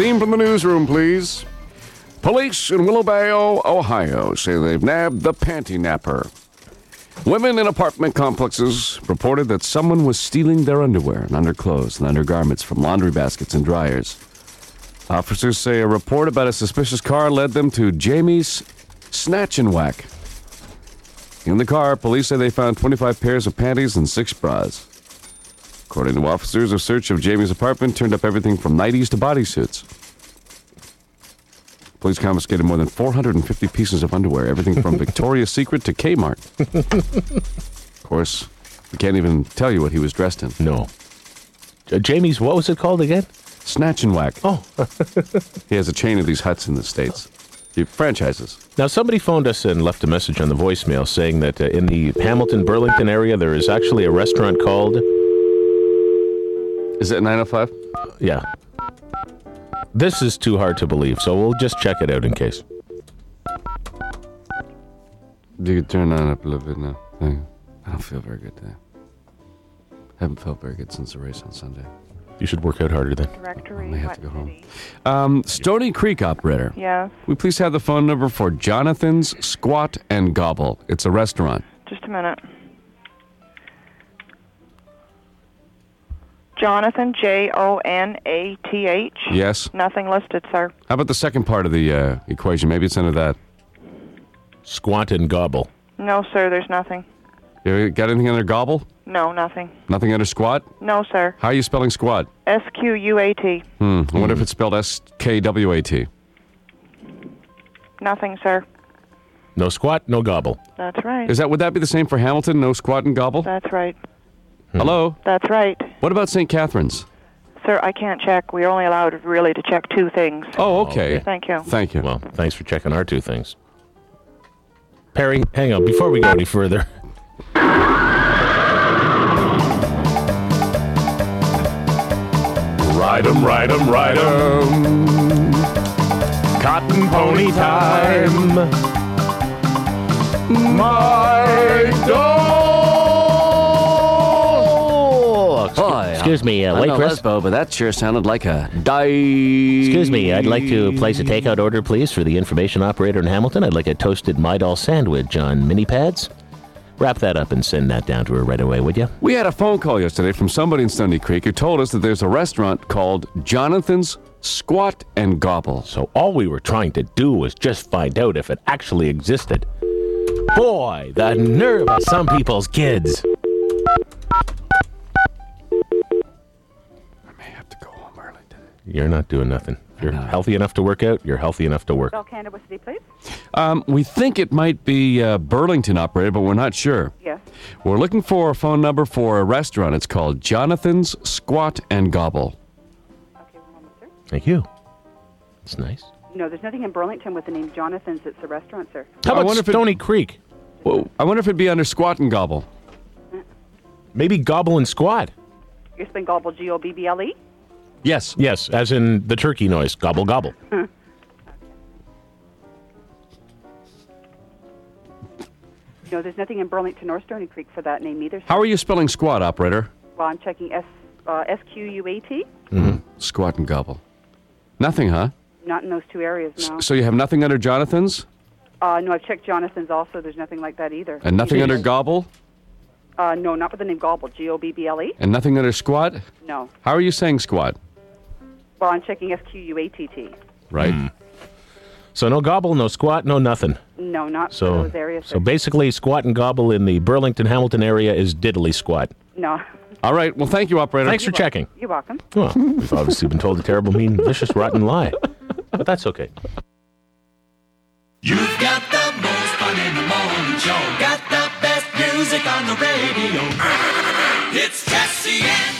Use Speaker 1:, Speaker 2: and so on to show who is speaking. Speaker 1: Theme from the newsroom, please. Police in Willowbale, Ohio say they've nabbed the panty napper. Women in apartment complexes reported that someone was stealing their underwear and underclothes and undergarments from laundry baskets and dryers. Officers say a report about a suspicious car led them to Jamie's Snatch and Whack. In the car, police say they found 25 pairs of panties and six bras. According to officers, a search of Jamie's apartment turned up everything from 90s to bodysuits. Police confiscated more than 450 pieces of underwear, everything from Victoria's Secret to Kmart. of course, we can't even tell you what he was dressed in.
Speaker 2: No. Uh, Jamie's, what was it called again?
Speaker 1: Snatch and whack.
Speaker 2: Oh.
Speaker 1: he has a chain of these huts in the States. He franchises.
Speaker 2: Now, somebody phoned us and left a message on the voicemail saying that uh, in the Hamilton Burlington area, there is actually a restaurant called.
Speaker 1: Is it 905?
Speaker 2: Yeah. This is too hard to believe, so we'll just check it out in case.
Speaker 1: You could turn that up a little bit now. Thank you. I don't feel very good today. Haven't felt very good since the race on Sunday.
Speaker 2: You should work out harder then.
Speaker 1: I
Speaker 3: Directory.
Speaker 1: may have
Speaker 3: what
Speaker 1: to go home.
Speaker 3: city?
Speaker 1: Um, Stony Creek operator.
Speaker 3: Yes.
Speaker 1: We please have the phone number for Jonathan's Squat and Gobble. It's a restaurant.
Speaker 3: Just a minute. Jonathan J O N A T H.
Speaker 1: Yes.
Speaker 3: Nothing listed, sir.
Speaker 1: How about the second part of the uh, equation? Maybe it's under that.
Speaker 2: Squat and gobble.
Speaker 3: No, sir. There's nothing.
Speaker 1: You got anything under gobble?
Speaker 3: No, nothing.
Speaker 1: Nothing under squat?
Speaker 3: No, sir.
Speaker 1: How are you spelling squat?
Speaker 3: S Q U A T.
Speaker 1: Hmm. I wonder if it's spelled S K W A T.
Speaker 3: Nothing, sir.
Speaker 2: No squat, no gobble.
Speaker 3: That's right.
Speaker 1: Is that would that be the same for Hamilton? No squat and gobble.
Speaker 3: That's right.
Speaker 1: Hello.
Speaker 3: That's right.
Speaker 1: What about St. Catherine's?
Speaker 3: Sir, I can't check. We're only allowed really to check two things.
Speaker 1: Oh, okay.
Speaker 2: Okay.
Speaker 3: Thank you.
Speaker 1: Thank you.
Speaker 2: Well, thanks for checking our two things. Perry, hang on. Before we go any further,
Speaker 1: Ride 'em, ride 'em, ride 'em. Cotton pony time. My dog.
Speaker 4: Excuse me, uh,
Speaker 1: I'm
Speaker 4: wait,
Speaker 1: no
Speaker 4: Chris.
Speaker 1: lesbo, but that sure sounded like a die.
Speaker 4: Excuse me, I'd like to place a takeout order, please, for the information operator in Hamilton. I'd like a toasted Midol sandwich on mini pads. Wrap that up and send that down to her right away, would you?
Speaker 1: We had a phone call yesterday from somebody in Stony Creek who told us that there's a restaurant called Jonathan's Squat and Gobble.
Speaker 2: so all we were trying to do was just find out if it actually existed. Boy, the nerve of some people's kids.
Speaker 1: I may have to go home early today.
Speaker 2: You're not doing nothing. If you're healthy enough to work out, you're healthy enough to work.
Speaker 5: Bell Canada City, please.
Speaker 1: Um, we think it might be uh, Burlington operated, but we're not sure.
Speaker 5: Yes.
Speaker 1: We're looking for a phone number for a restaurant. It's called Jonathan's Squat and Gobble.
Speaker 5: Okay, one moment, sir.
Speaker 2: Thank you. It's nice.
Speaker 5: No, there's nothing in Burlington with the name Jonathan's. It's a restaurant, sir.
Speaker 2: How
Speaker 1: I
Speaker 2: about
Speaker 1: wonder if it-
Speaker 2: Stony Creek?
Speaker 1: Well, I wonder if it'd be under Squat and Gobble.
Speaker 2: Maybe Gobble and Squat.
Speaker 5: You're spelling gobble, G O B B L E.
Speaker 1: Yes.
Speaker 2: Yes, as in the turkey noise. Gobble, gobble.
Speaker 5: No, there's nothing in Burlington or Stony Creek for that name either. Sir.
Speaker 1: How are you spelling squat, operator?
Speaker 5: Well, I'm checking S uh, S Q U A T.
Speaker 1: Squat and Gobble. Nothing, huh?
Speaker 5: Not in those two areas,
Speaker 1: S-
Speaker 5: no.
Speaker 1: So you have nothing under Jonathan's
Speaker 5: Uh, no, I've checked Jonathan's also. There's nothing like that either.
Speaker 1: and nothing under
Speaker 5: Jeez.
Speaker 1: Gobble
Speaker 5: Uh, no, not with the name gobble, G O B B L E.
Speaker 1: and nothing under squat?
Speaker 5: No.
Speaker 1: How are you saying squat?
Speaker 5: Well, I'm checking S Q U A T T.
Speaker 1: Right.
Speaker 2: So no gobble, no squat, no nothing.
Speaker 5: No, not for
Speaker 2: So
Speaker 5: those areas.
Speaker 2: so
Speaker 5: sir.
Speaker 2: basically, squat and gobble in the Burlington Hamilton area is diddly squat.
Speaker 5: no.
Speaker 1: All right. Well, thank you, operator.
Speaker 2: Thanks for checking.
Speaker 5: You're welcome.
Speaker 2: Well, we've obviously been told a terrible, mean, vicious, rotten lie, but that's okay.
Speaker 6: You've got the most fun in the morning show. Got the best music on the radio. It's Jesse and